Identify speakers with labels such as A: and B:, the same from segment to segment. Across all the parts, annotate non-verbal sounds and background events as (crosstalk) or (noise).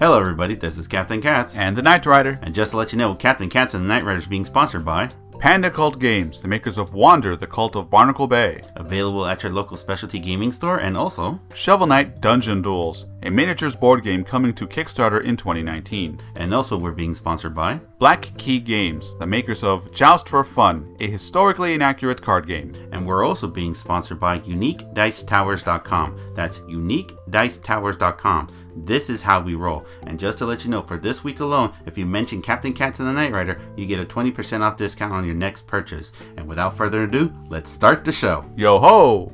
A: Hello, everybody. This is Captain Katz.
B: and The Knight Rider,
A: And just to let you know, Captain Katz and the Knight Riders is being sponsored by,
B: Panda Cult Games, the makers of Wander, the Cult of Barnacle Bay,
A: available at your local specialty gaming store, and also
B: Shovel Knight Dungeon Duels, a miniatures board game coming to Kickstarter in 2019,
A: And also, we're being sponsored by.
B: Black Key Games, the makers of Joust for Fun, a historically inaccurate card game,
A: And we're also being sponsored by UniqueDiceTowers.com. That's UniqueDiceTowers.com. This is how we roll. And just to let you know, for this week alone, if you mention Captain Cats and the Knight Rider, you get a 20% off discount on your next purchase. And without further ado, let's start the show.
B: Yo ho!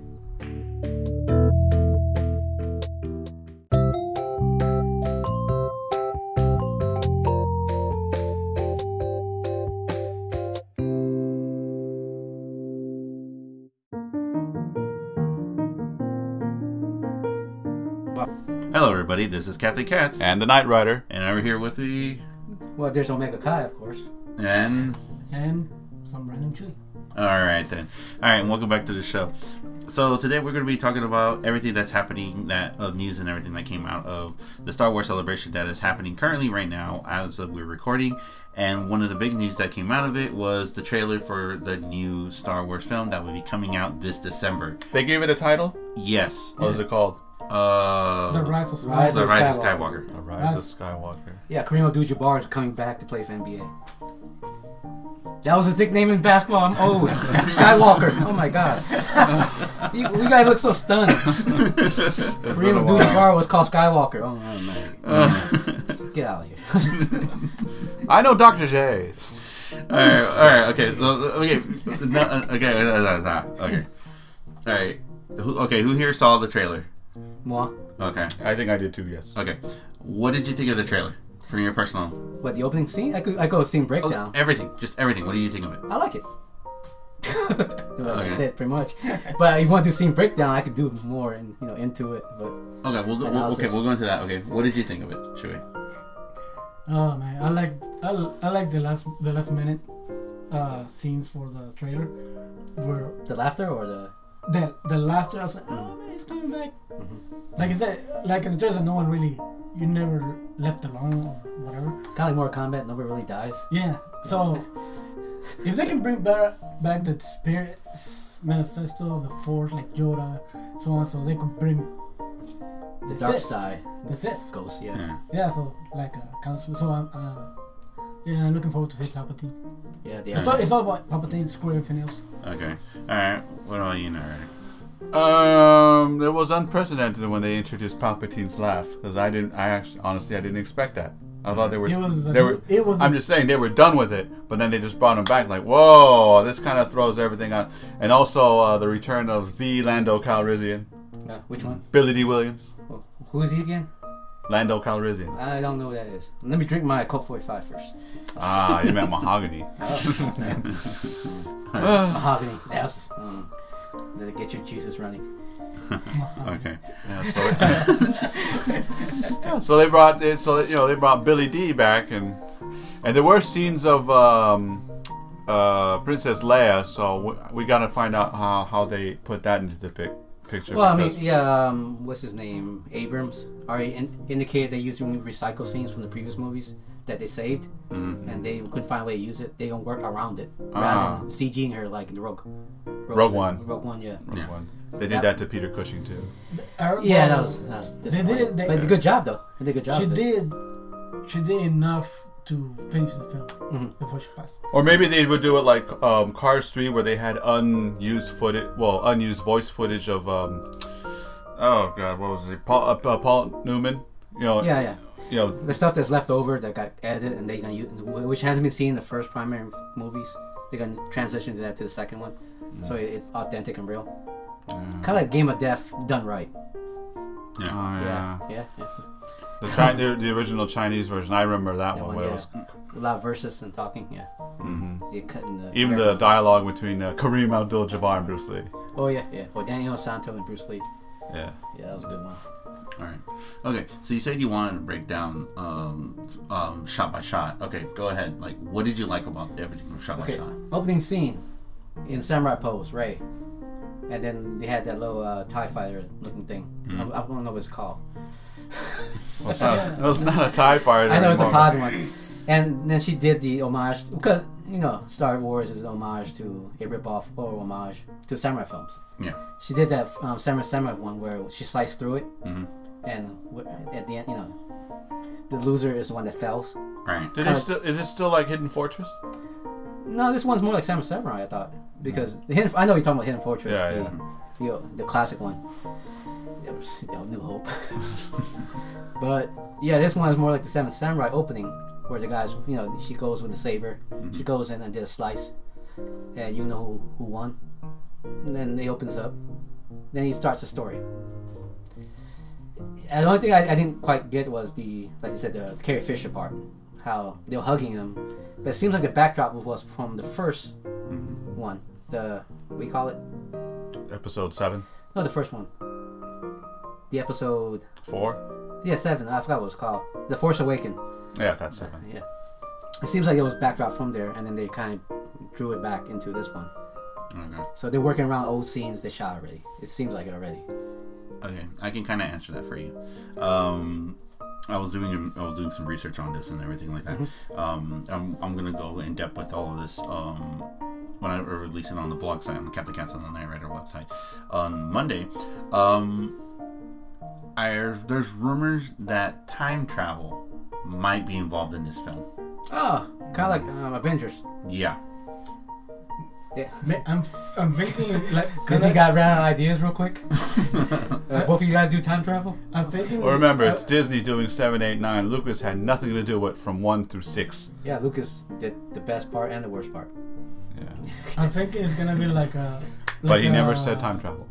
A: Hello, everybody. This is Captain Cats.
B: And the Knight Rider.
A: And I'm here with the.
C: Well, there's Omega Kai, of course,
A: And.
C: and some random Chewy.
A: All right, then. All right, and welcome back to the show. So, today we're going to be talking about everything that's happening, that of news and everything that came out of the Star Wars celebration that is happening currently right now as of we're recording. And one of the big news that came out of it was the trailer for the new Star Wars film that will be coming out this December.
B: They gave it a title?
A: Yes.
B: What was it called?
A: Uh,
D: The Rise of
C: Rise
D: Skywalker.
A: The
C: of
A: Rise of
C: Skywalker.
A: Skywalker.
B: The Rise of Skywalker.
C: Yeah, Kareem Abdul-Jabbar is coming back to play for NBA. That was his nickname in basketball. I'm
A: (laughs)
C: old. Skywalker. Oh my god. you, you guys look
A: (laughs)
C: so stunned. Kareem Abdul-Jabbar was called Skywalker. Oh my
A: (laughs)
C: god. Get out of here. (laughs)
B: I know Dr. J's.
A: All right, all right, okay, well, okay, no, uh, okay, uh, uh, uh, okay, all right. Who, okay, who here saw the trailer?
C: Moi.
A: Okay,
B: I think I did too, yes.
A: okay. What did you think of the trailer from your personal?
C: What the opening scene? I could I go scene
A: Oh,
C: breakdown.
A: Everything, just everything. What do you think of it?
C: I like it. (laughs) well, That's
A: Oh. Okay.
C: it, pretty much. But if you want to do scene breakdown, I could do more and you know into it. But
A: Okay, we'll go. We'll,
C: Analysis.
A: okay, we'll go into that. Okay, what did you think of it, Chewie?
D: Oh man, I like I, I like the last the last minute uh, scenes for the trailer where
C: the laughter or the
D: the the laughter. I was like, oh man, it's coming back.
C: Mm-hmm.
D: Like I said, like in the trailer, no one really you never left alone or whatever.
C: Kind of like Mortal Kombat, nobody really dies.
D: Yeah. So if they can bring back back the spirit s- manifesto of the force, like Yoda, so on, so they could bring
C: The
D: That's
C: dark
D: it.
C: side
D: that's it.
C: goes, yeah.
A: Yeah.
D: Yeah. So like a council. So I'm. Uh, yeah, I'm looking forward to see Palpatine.
C: Yeah, the
D: It's all, it's all about Palpatine, screw everything else.
A: Okay. All right. What about you, Nara?
B: Um, it was unprecedented when they introduced Palpatine's laugh because I didn't. I actually, honestly, I didn't expect that. I thought they were.
D: It was a-
B: they were.
D: it was a-
B: I'm just saying they were done with it, but then they just brought him back. Like, whoa, this kind of throws everything out. And also uh, the return of the Lando Calrissian,
C: Uh, which one?
B: Billy D. Williams,
C: Oh, who is he again?
B: Lando Calrissian.
C: I don't know who that is. Let me drink my Colt 45
D: (laughs)
C: first.
B: Ah, you meant mahogany.
D: Oh.
C: (laughs) Mahogany. Yes. Mm. Did it get your juices running?
A: Okay.
B: Yeah, so, (laughs) Yeah, so they brought they- so you know they brought Billy D back and and there were scenes of um, uh, Princess Leia. So we, we got to find out how, how they put that into the pic, picture.
C: Well, I mean,
B: because-
C: yeah, um, what's his name? Abrams already in- indicated they used recycle scenes from the previous movies that they saved, and they couldn't find a way to use it. They don't work around it.
B: Ah.
C: Rather than CGing her like in the Rogue. Rogue,
B: Rogue
C: was it?
B: One.
C: Rogue One, yeah.
B: One. They did that to Peter Cushing too.
D: Arrow-
C: Yeah, that
D: well,
C: was, that was
D: did it-
C: disappointing.
D: they-
C: but good job, though. They did a good job.
D: She
C: though.
D: did. She did enough to finish the film
C: Mm-hmm.
D: before she passed.
B: Or maybe they would do it like um, Cars 3, where they had unused footage, well, unused voice footage of, um, oh god, what was it, Paul, uh, uh, Paul Newman? You know,
C: Yeah, yeah.
B: you know,
C: the stuff that's left over that got added and they gonna use, which hasn't been seen in the first primary movies they're gonna transition to that to the second one
B: Mm.
C: so it- it's authentic and real kind of like game of death done right
A: Yeah.
B: oh,
C: yeah
B: yeah.
C: yeah, yeah.
B: The, chi- the, the original Chinese version. I remember that,
C: That
B: one.
C: one,
B: where it
C: yeah.
B: was,
C: a lot of verses and talking yeah mm-hmm. you're cutting the
B: even the dialogue between uh, Kareem Abdul-Jabbar and Bruce Lee.
C: oh yeah yeah well Daniel Santo and Bruce Lee
B: Yeah.
C: yeah that was a good one
A: All right. Okay. So you said you wanted to break down um, f- um, shot by shot. Okay. Go ahead. Like, what did you like about everything from shot
C: Okay,
A: by shot?
C: opening scene in samurai pose, Ray, and E then they had that little uh, Tie Fighter looking thing. I, I don't know what it's called.
B: Well, it's not, no, it's not a TIE fighter.
C: I know it's a
B: anymore.
C: pod one. And then she did the homage because you know Star Wars is an homage to a ripoff or homage to samurai films.
A: Yeah.
C: She did that um, samurai samurai one where she sliced through it,
A: hmm
C: and wh- at the end, you know, the loser is the one that fails.
A: Right.
B: Did
C: Uh,
B: it still, is it still like Hidden Fortress?
C: No, this one's more like samurai samurai. I thought because the hidden, I know you're talking about Hidden Fortress,
B: Yeah,
C: the,
B: yeah.
C: the the classic one. It was, you know, New Hope. (laughs) but yeah, this one is more like the Seven Samurai opening, where the guys, you know, she goes with the saber,
B: Mm-hmm.
C: she goes in and did a slice, and you know who who won. And then he opens up, then he starts the story. And the only thing I, I didn't quite get was the, like you said, the Carrie Fisher part, how they were hugging him, but it seems like the backdrop was from the 1st one, the what do you call it?
B: Episode seven,
C: No, the first one. The episode
B: four.
C: yeah, seven. I forgot what it was called. The Force Awaken.
B: Yeah, that's seven.
C: Yeah. It seems like it was backdrop from there, and then they kind of drew it back into this one.
A: Okay.
C: So they're working around old scenes they shot already. It seems like it already.
A: Okay, I can kind of answer that for you. Um, I was doing I was doing some research on this and everything like that. Um, I'm, I'm gonna go in depth with all of this um, when I release it on the blog site on the Captain Cats on the Night Rider website on Monday. Um, I there's rumors that time travel might be involved in this film.
C: Oh, kind of like um, Avengers.
A: Yeah,
D: (laughs) Ma- I'm, f- I'm thinking like
C: (laughs) Cause he got ran out of ideas real
D: (laughs)
C: quick. Uh, both of you guys do time travel.
D: I'm thinking.
B: Well, remember,
D: I-
B: it's
C: Uh,
B: Disney doing seven, eight, nine. Lucas had nothing to do with from one through six.
C: Yeah, Lucas did the best part and the worst part.
B: Yeah.
D: uh, I'm thinking it's gonna be like a.
B: But
D: like
B: he never
C: uh,
D: a-
B: said time travel.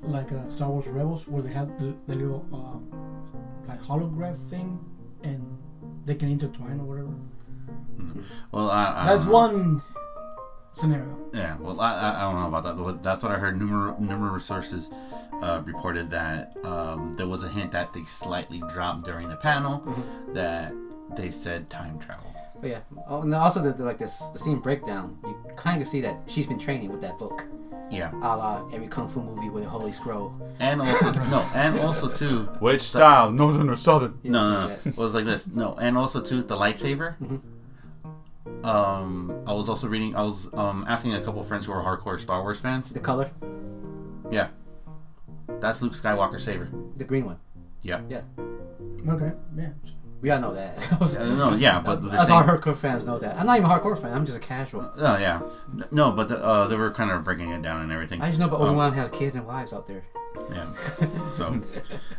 D: Like a Star Wars Rebels, where they have the, the little uh, like holograph thing, and they can intertwine or whatever.
A: well, I,
B: Ah.
A: I
D: That's
A: don't know.
D: one scenario.
A: Yeah, well, I, I, I don't know about that. but That's what I heard. Numer- numerous sources uh, reported that um, there was a hint that they slightly dropped during the panel that they said time travel.
C: But yeah. Oh, and also the, the like this the scene breakdown. You kind of see that she's been training with that book,
A: Yeah,
C: a la every kung fu movie with a holy scroll.
A: and also no, and also too.
B: Which style, northern or southern?
C: Yeah,
A: No, no, no.
C: something like that.
A: It was like this. No, and also too the lightsaber. Um, I was also reading. I was um asking a couple of friends who are hardcore Star Wars fans.
C: The color,
A: Yeah, that's Luke Skywalker's saber.
C: the green one.
A: Yeah.
C: Yeah,
D: Okay, yeah.
C: we all know that. (laughs)
A: Uh, no, yeah, but they're
C: Us
A: saying-
C: all hardcore fans know that. I'm not even a hardcore fan. I'm just a casual.
A: Oh yeah, no, but the, uh, they were kind of breaking it down and everything.
C: I just know, but
A: Um,
C: Obi Wan has kids and wives out there.
A: Yeah. So,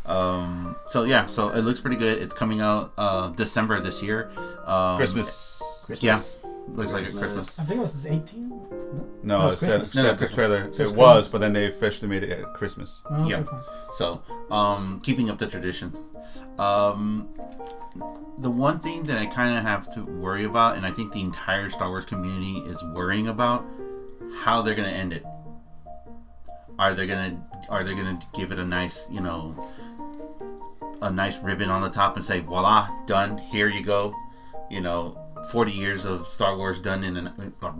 A: um, so yeah, so it looks pretty good. It's coming out uh, December of this year. Um,
B: Christmas.
A: Yeah, looks like a
C: Christmas.
A: Christmas.
D: I think it was 18. No?
B: No,
C: No,
B: it
C: Oh, it's
B: said,
C: Christmas.
A: No, no,
B: said the
A: Christmas.
B: trailer.
C: It
B: It,
C: says
B: was, but then they officially made it at Christmas.
D: Oh, okay,
A: Yeah.
D: fine.
A: So, um, keeping up the tradition. Um, the one thing that I kind of have to worry about, and I think the entire Star Wars community is worrying about, how they're gonna end it. Are they gonna Are they gonna give it a nice, you know, a nice ribbon on the top and say, "Voila, done. Here you go." You know, forty years of Star Wars done in and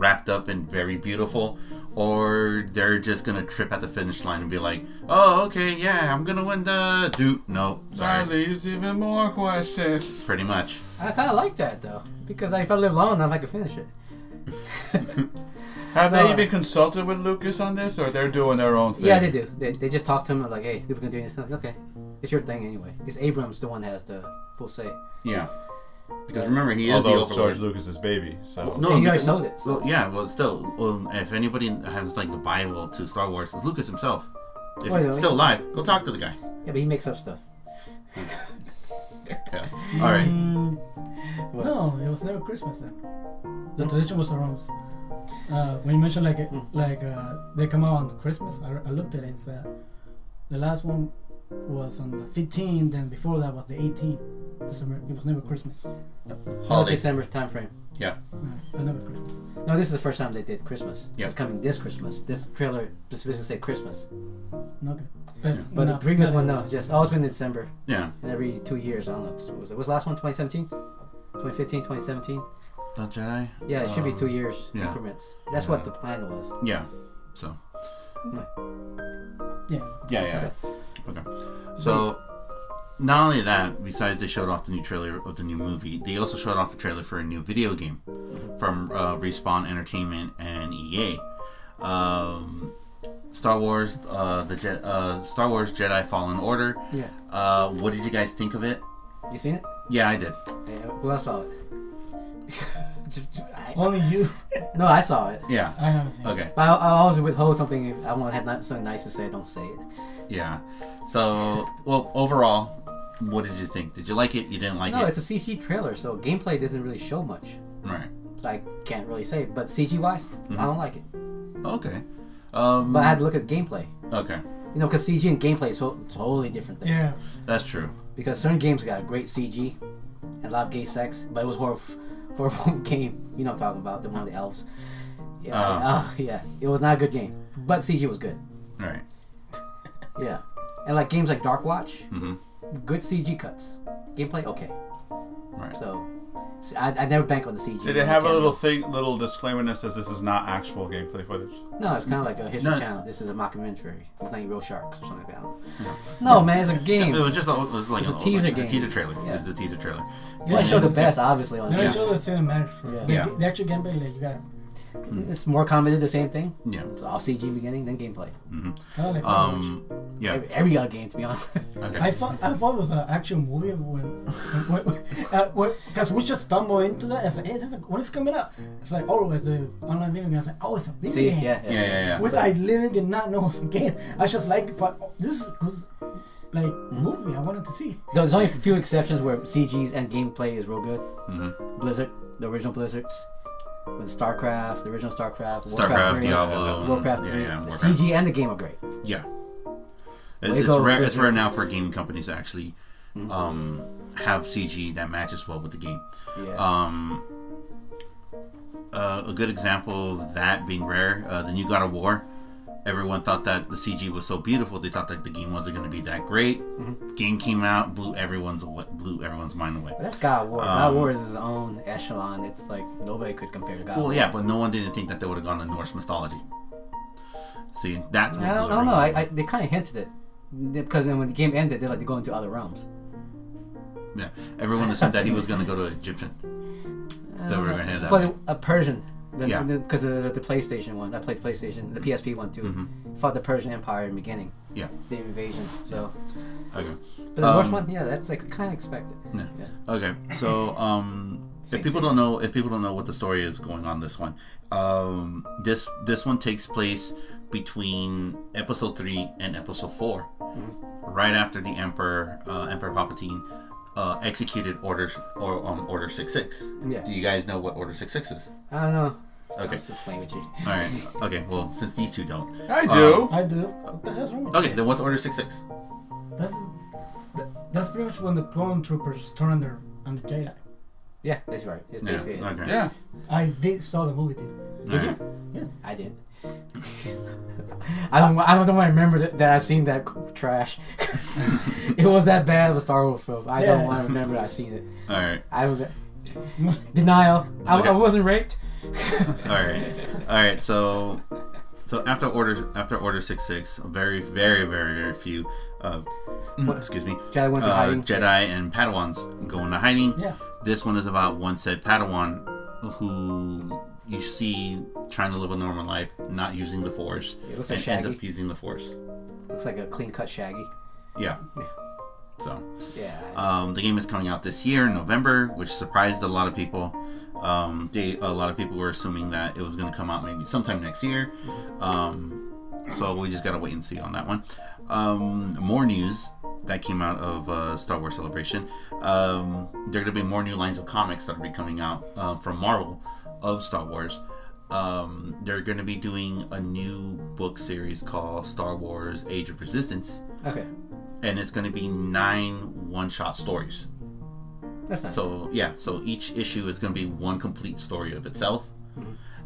A: wrapped up and very beautiful, or they're just gonna trip at the finish line and be like, "Oh, okay, yeah, I'm gonna win the dude." No, sorry.
B: leaves even more questions.
A: Pretty much.
C: I kind of like that though, because if I live long enough, I can finish it.
B: Have
C: No.
B: they even consulted with Lucas on this, or they're doing their own thing?
C: Yeah, they do. They, they just talk to him like, hey, people can do this. Like, okay, it's your thing anyway. It's Abrams the one that has the full say.
A: Yeah. Because remember, he is the
B: Although it's
A: overlord.
B: George Lucas's baby, so
A: No,
C: And you
A: because-
C: guys know this.
A: Well, yeah, well, still, um, if anybody has like the Bible to Star Wars, it's Lucas himself. If
C: Wait,
A: he's
C: wait.
A: still alive, go talk to the guy.
C: Yeah, but he makes up stuff.
A: Yeah. All right.
D: Mm,
C: What?
D: No, it was never Christmas then. The tradition was around. s- Uh, when you mentioned like uh,
C: Mm.
D: like uh, they come out on Christmas, I, I looked at it and said the last one was on the 15th, and before that was the 18th. December. It was never Christmas.
C: Not
A: Holidays.
C: December time frame.
D: No, it was never Christmas.
C: No, this is the first time they did Christmas. So
A: Yeah.
C: it's coming this Christmas. This trailer specifically said Christmas,
D: Okay. But,
C: but
D: no,
C: the previous
D: not
C: one
D: it
C: no,
D: was.
C: just always been in December.
A: Yeah.
C: And every two years, I don't know. What was it? What was the last one? 2017, 2015, 2017.
A: The Jedi.
C: Yeah, it should be
A: Uh,
C: two years
A: yeah.
C: increments. That's
B: Yeah.
C: what the plan was.
A: Yeah. So.
D: Yeah.
A: Yeah, yeah. yeah. Okay. So, not only that, besides they showed off the new trailer of the new movie, they also showed off a trailer for a new video game from uh, Respawn Entertainment and EA. Um, Star Wars, uh, the Je- uh, Star Wars Jedi Fallen Order.
C: Yeah.
A: Uh, what did you guys think of it?
C: You seen it?
A: Yeah, I did.
C: Yeah, well, I saw it. (laughs) Just- just- I-
D: Only you. (laughs)
C: no, I saw it.
A: Yeah.
D: I haven't seen. it.
A: Okay.
C: But I, I always withhold something if I want to have not, something nice to say. Don't say it.
A: Yeah. So, well, overall, what did you think? Did you like it? You didn't like
C: No,
A: it?
C: it's a CG trailer, so gameplay doesn't really show much.
A: right.
C: I can't really say, but CG wise,
A: Mm-hmm.
C: I don't like it.
A: Okay. Um,
C: But I had to look at gameplay.
A: okay.
C: You know, because CG and gameplay is so, totally different thing.
D: Yeah.
A: That's true.
C: Because certain games got great CG and a lot of gay sex, but it was horrible, (laughs) horrible game. You know what I'm talking about, the one of the elves. Yeah,
B: Uh-huh.
A: Uh.
C: uh, (laughs) yeah, it was not a good game, but CG was good.
A: All right.
C: Yeah, and like games like Dark Watch,
B: Mm-hmm.
A: Mhm.
C: good CG cuts, gameplay okay.
A: Right.
C: So, s- I, I never bank on the CG.
B: Did it have a
C: Camera.
B: little thing, little disclaimer that says this is not actual gameplay footage?
C: No, it's kind of like a history
A: No.
C: channel. This is a mockumentary. It's not even real sharks or something like that. No, man, it's a
B: (laughs)
C: game.
A: It was just a, it was like
C: It's a teaser
A: It's a
C: game.
A: teaser trailer.
C: Yeah.
A: It's a teaser trailer.
C: You want to show the best, obviously. On
D: They
C: the
D: yeah.
A: Yeah.
D: show the cinematic for
C: Yeah.
D: The,
A: Yeah.
D: the actual gameplay. Like you got
C: Mm-hmm. It's more comedy, the same thing.
A: Yeah.
C: It's all CG beginning, then gameplay.
D: kind of like Overwatch.
A: Um. Yeah.
C: Every, every other game, to be honest. (laughs)
A: Okay.
D: I thought I thought it was an actual movie when, because we just stumbled into that. and said, "Hey, this is, what is coming up?" It's like, "Oh, it's an online video game." I was like, "Oh, it's a video
C: See,
D: game."
C: yeah, yeah.
A: yeah. Yeah. Yeah.
D: Which I literally did not know was a game. I just like thought, oh, this is good, like movie I wanted to see.
C: No, There's only a few exceptions where CGs and gameplay is real good.
A: Mhm.
C: Blizzard, the original Blizzards, with StarCraft, the original StarCraft, Warcraft
A: Starcraft,
C: 3,
A: Diablo,
C: Warcraft
A: yeah,
C: 3.
A: yeah,
C: the
A: Warcraft.
C: CG and the game are great.
A: Yeah. It,
C: Way
A: it's
C: go, Mm-hmm.
A: rare. It's
C: Blizzard.
A: rare now for gaming companies to actually um, have CG that matches well with the game.
C: Yeah.
A: Um, uh, a good example of that being rare, uh, the new God of War. Everyone thought that the CG was so beautiful. They thought that the game wasn't going to be that great.
C: Mm-hmm.
A: Game came out, blew everyone's away, blew everyone's mind away.
C: but that's God of War.
A: um,
C: God of War is his own echelon. It's like nobody could compare to God of
A: Well,
C: War.
A: yeah, but no one didn't think that they would have gone to Norse mythology. See, that's what
C: I don't, I
A: blew
C: don't know.
A: everyone
C: I, I, they kind of hinted it. Because then when the game ended, they like to go into other realms.
A: Yeah, everyone assumed that he was going to go to Egyptian.
C: I
A: They
C: don't
A: were
C: know.
A: gonna hit that
C: But
A: way.
C: a Persian. Because
A: Yeah. Mm-hmm.
C: the, because of the, the PlayStation one, I played PlayStation, the PSP one too. Fought the Persian Empire in the beginning,
A: Yeah.
C: the invasion. So,
A: Okay.
C: but the Norse
A: Um,
C: one, yeah, that's like kind of expected.
A: Yeah.
C: Yeah.
A: Okay. So, um,
C: Same,
A: if people
C: same.
A: don't know, if people don't know what the story is going on this one, um, this this one takes place between episode three and episode 4
C: Mm-hmm.
A: right after the Emperor uh, Emperor Palpatine uh, executed Order or um, Order Six Six.
C: Yeah.
A: Do you guys know what Order Six Six is?
C: I don't know.
A: Okay.
C: I'm just playing with you.
A: All right.
C: (laughs)
A: Okay. Well, since these two don't.
B: I do.
D: I do. What the hell's wrong? with
A: Okay. Then what's Order Six Six?
D: you? That's that, that's pretty much when the clone troopers turn on their on the Jedi.
C: Yeah, that's right. It's
A: Yeah.
C: basically
A: Okay.
C: it.
B: yeah.
D: I did saw the movie too.
A: All right.
C: I did. (laughs) I don't. wa- I don't want to remember that, that I seen that trash. (laughs) it was that bad of a Star Wars film. I
D: Yeah.
C: don't want to remember I seen it.
A: All right.
C: I was
A: (laughs)
C: denial. I, I
A: Okay.
C: wasn't raped.
A: All right, all right. So, so after order after order six six, very very very very few, uh, excuse me,
C: Mm. Jedi went to
A: uh,
C: hiding.
A: Jedi and Padawans go into hiding.
D: Yeah.
A: This one is about one said Padawan who you see trying to live a normal life, not using the Force,
C: It looks like
A: and ends
C: Shaggy.
A: up using the Force.
C: Looks like a clean cut Shaggy.
A: Yeah. So,
C: Yeah.
A: um, the game is coming out this year in November, which surprised a lot of people. Um, they, a lot of people were assuming that it was going to come out maybe sometime next year. Um, so we just got to wait and see on that one. Um, more news that came out of uh, Star Wars Celebration. Um, there are going to be more new lines of comics that will be coming out uh, from Marvel of Star Wars. Um, they're going to be doing a new book series called Star Wars Age of Resistance
C: okay.
A: and it's going to be nine one-shot stories.
C: That's nice.
A: So yeah, so each issue is going to be one complete story of itself,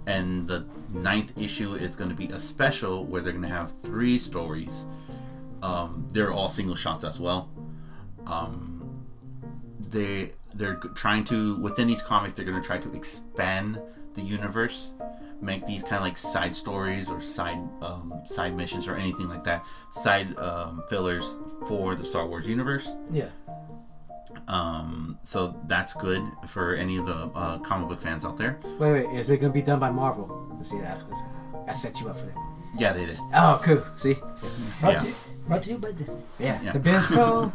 A: and the ninth issue is going to be a special where they're going to have three stories. Um, they're all single shots as well. Um, they they're g- trying to within these comics they're going to try to expand the universe, make these kind of like side stories or side um, side missions or anything like that, side um, fillers for the Star Wars universe.
C: Yeah.
A: Um, so that's good for any of the uh, comic book fans out there.
C: Wait, wait. Is it gonna be done by Marvel? See that? I set you up for that.
A: Yeah, they did.
C: Oh, cool. See?
D: Brought,
A: Yeah.
D: to you, brought to you by Disney.
C: Yeah.
A: Yeah.
C: The
A: (laughs)
C: best pro.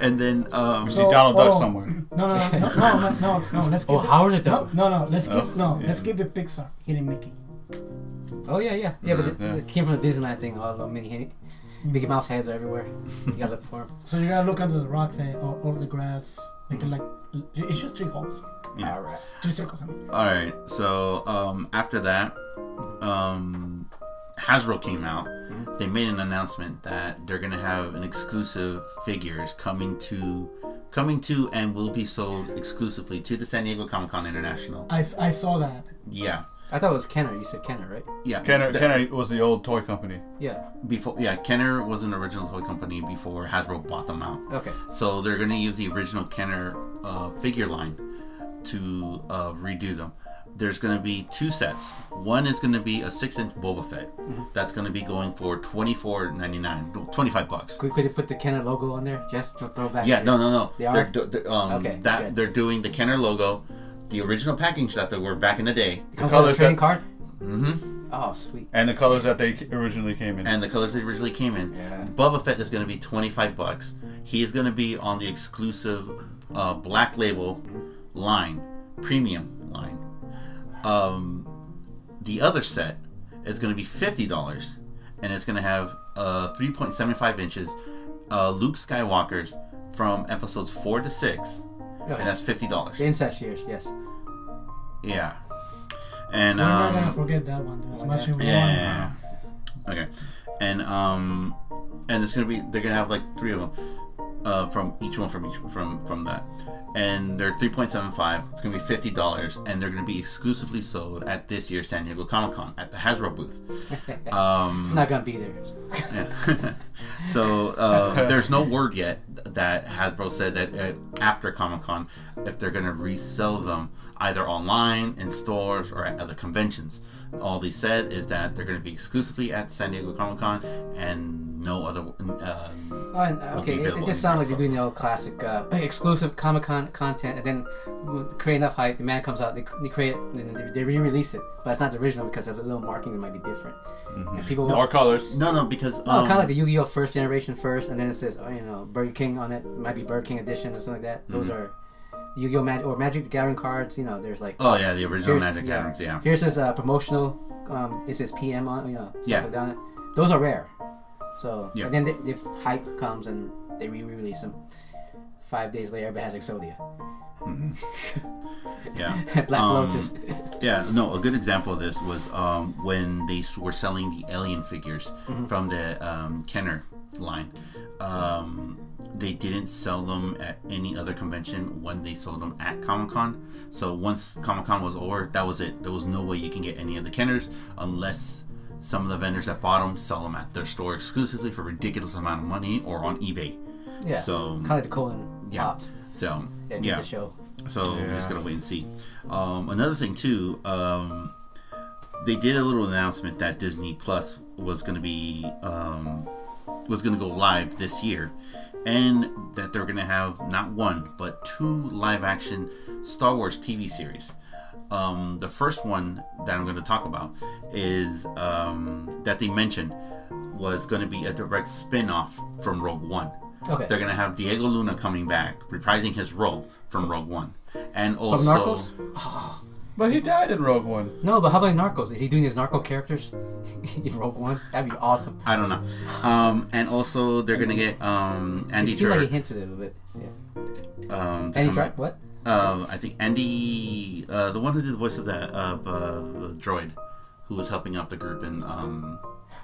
A: And then um,
B: We see
D: So-
B: Donald Duck
D: oh.
B: somewhere.
D: No,
A: (laughs)
D: no, no, no, no, no, no, no. Let's keep
C: Oh,
D: it.
C: Howard the
D: no,
C: Duck.
D: no, no. Let's keep.
B: Oh,
D: no,
B: yeah.
D: let's keep it Pixar. He didn't make it.
C: Oh yeah, yeah, yeah. But it,
B: Yeah.
C: it came from the Disneyland thing. All the mini Mickey Mouse heads are everywhere. You gotta look for them.
D: So you gotta look under the rocks eh, or, or the grass. Make
A: Mm.
D: it like it's just three holes,
A: (laughs) Yeah.
C: All right.
D: three circles. I mean,
A: All right. So um, after that, um, Hasbro came out. They made an announcement that they're gonna have an exclusive figures coming to, coming to, and will be sold exclusively to the San Diego Comic Con International.
D: I, s- I saw that.
A: Yeah,
C: I thought it was Kenner. You said Kenner, right?
A: yeah.
B: Kenner,
A: The-
B: Kenner was the old toy company.
C: Yeah.
A: Before, yeah, Kenner was an original toy company before Hasbro bought them out.
C: Okay.
A: So they're gonna use the original Kenner uh, figure line to uh, redo them. There's gonna be two sets. One is gonna be a six-inch Boba Fett.
C: Mm-hmm.
A: That's gonna be going for twenty-four ninety-nine, no, twenty-five bucks.
C: Could, could you put the Kenner logo on there just to throw back?
A: Yeah, no, no, no.
C: They
A: are
C: are?
A: do- they're, um,
C: Okay,
A: That
C: good.
A: they're doing the Kenner logo, the original packaging that they were back in the day,
C: The
B: color
C: color trading
B: set.
C: card.
A: mm-hmm.
C: Oh, sweet.
B: And the colors that they originally came in.
A: and the colors they originally came in.
C: Yeah.
A: Boba Fett is gonna be twenty-five bucks. He is gonna be on the exclusive uh, black label line, premium line. Um, the other set is going to be fifty dollars, and it's going to have uh, three point seventy five inches, uh, Luke Skywalker's from episodes four to six,
C: Okay.
A: and that's fifty dollars.
C: The inset years, yes. (laughs)
A: Um, Yeah, and
D: We're not gonna
A: um,
D: forget that one. Dude. As much as we
A: yeah, okay, and um, and it's gonna be they're gonna have like three of them. Uh, from each one from each from from that and they're 3.75 it's gonna be $50 and they're gonna be exclusively sold at this year's san diego comic-con at the hasbro booth um
C: It's not gonna be there.
A: Yeah. (laughs) so uh, there's no word yet that Hasbro said that uh, after Comic Con, if they're gonna resell them either online in stores or at other conventions. All they said is that they're gonna be exclusively at San Diego Comic Con and no other. Uh,
C: Oh, and, uh, okay,
A: be
C: it, it
A: available
C: just
A: in
C: sounds like you're doing the old classic uh, exclusive Comic Con content, and then with- create enough hype, the man comes out, they, they create it, and then they, they re-release it, but it's not the original because of the little marking that might be different. And people
B: Mm-hmm. More
C: want,
B: colors.
A: Mm-hmm. no, no, because um,
C: oh, kind of like the Yu-Gi-Oh first generation first, and then it says oh, you know Burger King on it, might be Burger King edition or something like that. Those
A: Mm-hmm.
C: are Yu-Gi-Oh Magic or Magic the Gathering cards. You know, there's like
A: oh yeah, the original
C: Here's-
A: Magic
C: yeah.
A: Gatherings, yeah.
C: here's this uh, promotional. Um, it says PM on you know stuff
A: Yeah.
C: like that. Those are rare. So
A: Yeah.
C: and then th- if hype comes and they re-release them, five days later everybody has Exodia, (laughs)
A: yeah.
C: Black
A: Um,
C: Lotus. (laughs)
A: Yeah, no, a good example of this was um, when they s- were selling the alien figures
C: Mm-hmm.
A: from the um, Kenner line. Um, they didn't sell them at any other convention when they sold them at Comic Con. So once Comic Con was over, that was it. There was no way you can get any of the Kenners unless some of the vendors that bought them sell them at their store exclusively for ridiculous amount of money or on eBay.
C: Yeah.
A: So
C: kind of the Colin
A: yeah.
C: pops.
A: So
C: Yeah.
A: yeah,
C: The show.
A: so we're just
B: Yeah.
A: gonna wait and see. Um, another thing too, um, they did a little announcement that Disney Plus was gonna be um, was gonna go live this year, and that they're gonna have not one but two live action Star Wars TV series. Um, the first one that I'm going to talk about is um, that they mentioned was going to be a direct spin off from Rogue One.
C: Okay.
A: They're gonna have Diego Luna coming back, reprising his role from Rogue One, and also
C: From Narcos?
B: But he died in Rogue One.
C: No, but how about Narcos? Is he doing his narco characters (laughs) in Rogue One? That'd be awesome.
A: I don't know, um, and also they're gonna get um,
C: It
A: Andy
C: seemed like he
A: Turk.
C: hinted it a bit. Yeah.
A: Um, to
C: Any
A: come
C: track?
A: back.
C: What?
A: Um, I think Andy, uh, the one who did the voice of that of uh, the droid, who was helping out the group in um,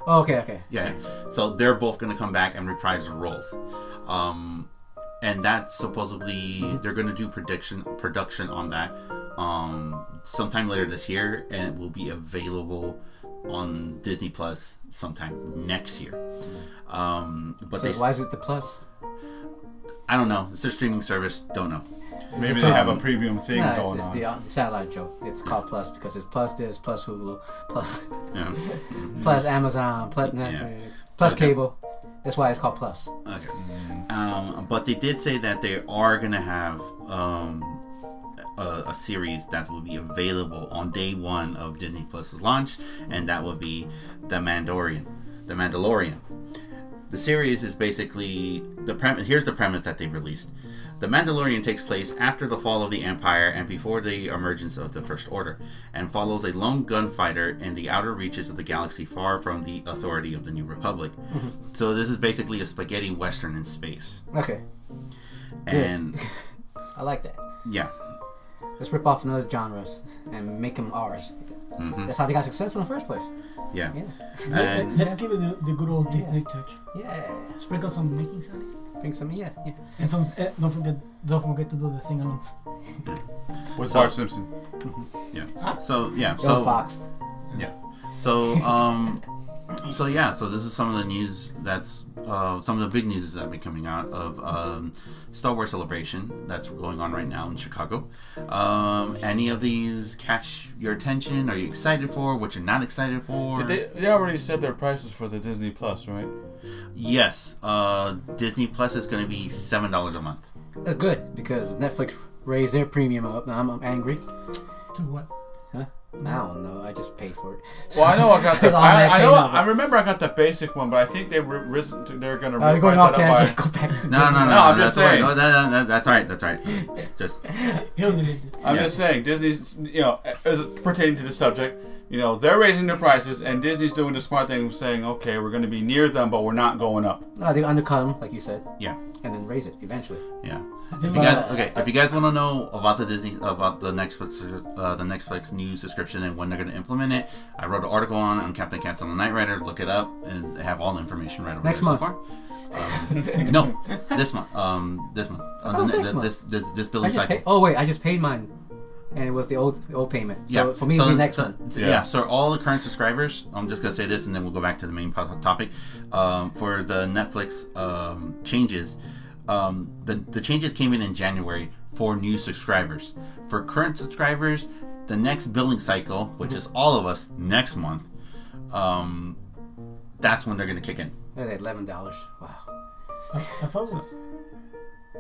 C: Oh, okay, okay.
A: Yeah. So they're both going to come back and reprise their roles. Um, and that's supposedly they're going to do prediction production on that um, sometime later this year, and it will be available on Disney Plus sometime next year. Um, but
C: Mm-hmm. So
A: they,
C: why is it the plus?
A: I don't know. It's their streaming service. Don't know.
B: Maybe
C: It's
B: they
C: a
B: have a
C: problem.
B: premium thing
C: Nah, it's,
B: going
C: it's
B: on.
C: the uh, satellite joke. It's called Plus because it's plus this, plus Hulu, plus
A: Yeah.
C: plus Amazon, plus
A: Yeah.
C: Netflix, plus
A: Okay.
C: cable. That's why it's called Plus.
A: Okay. Um, but they did say that they are gonna have um, a, a series that will be available on day one of Disney Plus's launch, and that will be The Mandalorian. The Mandalorian. The series is basically the premise. Here's the premise that they released: The Mandalorian takes place after the fall of the Empire and before the emergence of the First Order, and follows a lone gunfighter in the outer reaches of the galaxy, far from the authority of the New Republic. So this is basically a spaghetti western in space,
C: Okay,
A: and
C: I like that.
A: yeah,
C: Let's rip off another genres and make them ours.
A: hmm
C: That's how they got successful in the first place.
A: yeah.
C: Yeah.
D: Let,
A: And-
D: us give it the, the good old Disney touch.
C: Yeah.
D: Sprinkle some Mickey on it.
C: Bring some. Yeah. Yeah.
D: And some, eh, don't forget, don't forget to do the sing-alongs.
B: With
A: So-
B: Bart Simpson. Ah.
A: So yeah,
C: So
A: so
C: Fox.
A: So, um, so yeah, so this is some of the news that's uh, some of the big news that have been coming out of um, Star Wars Celebration that's going on right now in Chicago. Um, any of these catch your attention? Are you excited for? What you're not excited for?
B: Did they, they already said their prices for the Disney Plus, right?
A: yes, uh, Disney Plus is going to be seven dollars a month.
C: That's good because Netflix raised their premium up. Now I'm, I'm angry.
D: To what?
C: I don't know. I just paid for it.
B: Well,
C: (laughs)
B: I know I got the.
C: All
B: I,
C: that
B: I know.
C: came over.
B: I remember I got the basic one, but I think they've ri- risen. To, they're gonna.
C: Uh,
B: re-
C: you're going
B: price
C: off
B: that up
C: tangent.
B: by-
C: Go back. To
A: No, no, no.
B: No, I'm just
A: that's all right.
B: saying.
A: No, that- that- that's all right. That's all right. Just
D: He'll delete it.
B: I'm
A: Yeah.
B: just saying, Disney's. You know, as it pertaining to the subject, you know, they're raising their prices, and Disney's doing the smart thing of saying, okay, we're gonna be near them, but we're not going up.
C: No, Oh, they undercut them, like you said,
A: yeah,
C: and then raise it eventually.
A: yeah.
D: I
A: If
D: think
A: you
D: I-
A: guys okay, if you guys want to know about the Disney about the Netflix uh, the Netflix new subscription and when they're going to implement it, I wrote an article on on Captain Cats on the Night Rider. Look it up and they have all the information right over
C: Next
A: there
C: month. (laughs)
A: So far. Um, no, this month. Um, this month.
C: thought it
A: Uh,
C: was
A: the,
C: next
A: the,
C: month.
A: this, this this
C: I
A: billing
C: just
A: cycle.
C: paid. Oh wait, I just paid mine, and it was the old old payment. So for me, it'll be next
A: so-
C: one.
A: so- yeah.
B: Yeah.
A: So all the current subscribers, I'm just gonna say this, and then we'll go back to the main po- topic. Um, for the Netflix um, changes, um, the the changes came in in January for new subscribers. For current subscribers, the next billing cycle, which is all of us next month, um, that's when they're gonna kick in.
C: At eleven dollars. Wow.
D: I, I thought it was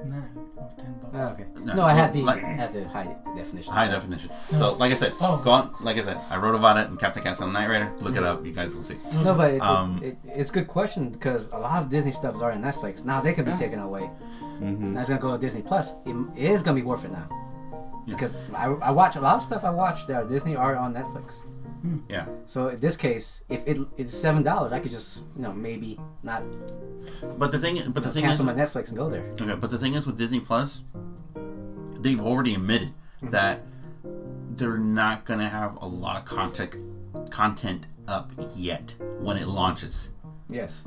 D: nine or ten
C: Oh,
D: bucks.
C: okay.
A: No,
C: No, I had the
A: like-
C: I had the high definition.
A: High definition. So like I said,
D: Oh.
A: go on. Like I said, I wrote about it in Captain Cats on the Night Rider. Look it up. You guys will see.
C: No, but it,
A: Um,
C: it, it, it's a good question because a lot of Disney stuff is already on Netflix. Now they could be taken away.
A: Mm-hmm.
C: Now it's gonna go to Disney Plus. It it is gonna be worth it now.
A: Yeah.
C: Because I, I watch a lot of stuff I watch that are Disney are on Netflix.
A: Yeah.
C: So in this case, if it, it's seven dollars, I could just you know maybe not
A: But the thing, but the thing is,
C: cancel my Netflix and go there.
A: Okay, but the thing is with Disney Plus, they've already admitted that they're not gonna have a lot of content content up yet when it launches.
C: Yes.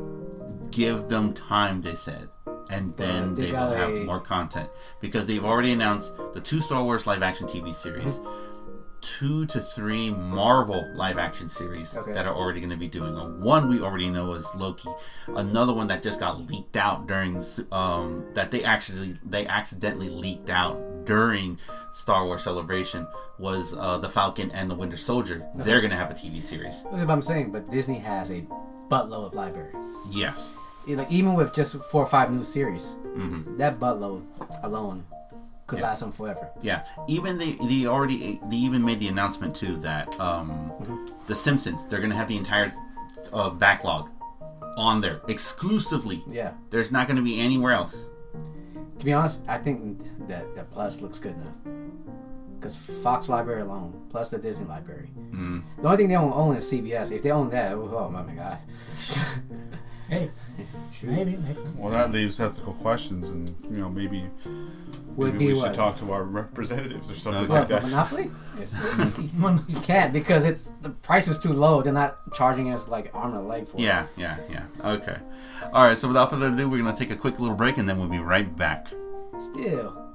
A: Give them time, they said, and then
C: But they
A: they, will have
C: gotta-
A: more content because they've already announced the two Star Wars live action TV series.
C: Mm-hmm.
A: Two to three Marvel live action series
C: Okay.
A: that are already going to be doing. Uh, One we already know is Loki. Another one that just got leaked out during um, that they actually they accidentally leaked out during Star Wars Celebration was uh, the Falcon and the Winter Soldier.
C: Uh-huh.
A: They're going to have a TV series.
C: Okay, but I'm saying, but Disney has a buttload of library.
A: Yes.
C: Yeah, Like even with just four or five new series,
B: Mm-hmm.
C: that buttload alone could last them forever.
A: Yeah, even they they already they even made the announcement too that um, the Simpsons they're gonna have the entire uh, backlog on there exclusively.
C: Yeah.
A: There's not gonna be anywhere else.
C: To be honest, I think that that Plus looks good now. Cause Fox Library alone, plus the Disney Library.
B: Mm-hmm.
C: The only thing they don't own is CBS. If they own that, oh my god.
A: (laughs)
D: Hey, maybe next (laughs)
B: Well,
D: one.
B: that leaves ethical questions, and you know, maybe,
C: Would
B: maybe
C: be
B: we
C: what?
B: should talk to our representatives or something
A: Okay.
B: like
C: What,
B: that.
C: Monopoly?
D: Mon-
C: You can't because it's the price is too low. They're not charging us like arm and a leg for
A: Yeah, yeah, yeah. Okay. All right. So without further ado, we're gonna take a quick little break and then we'll be right back.
C: it. Still.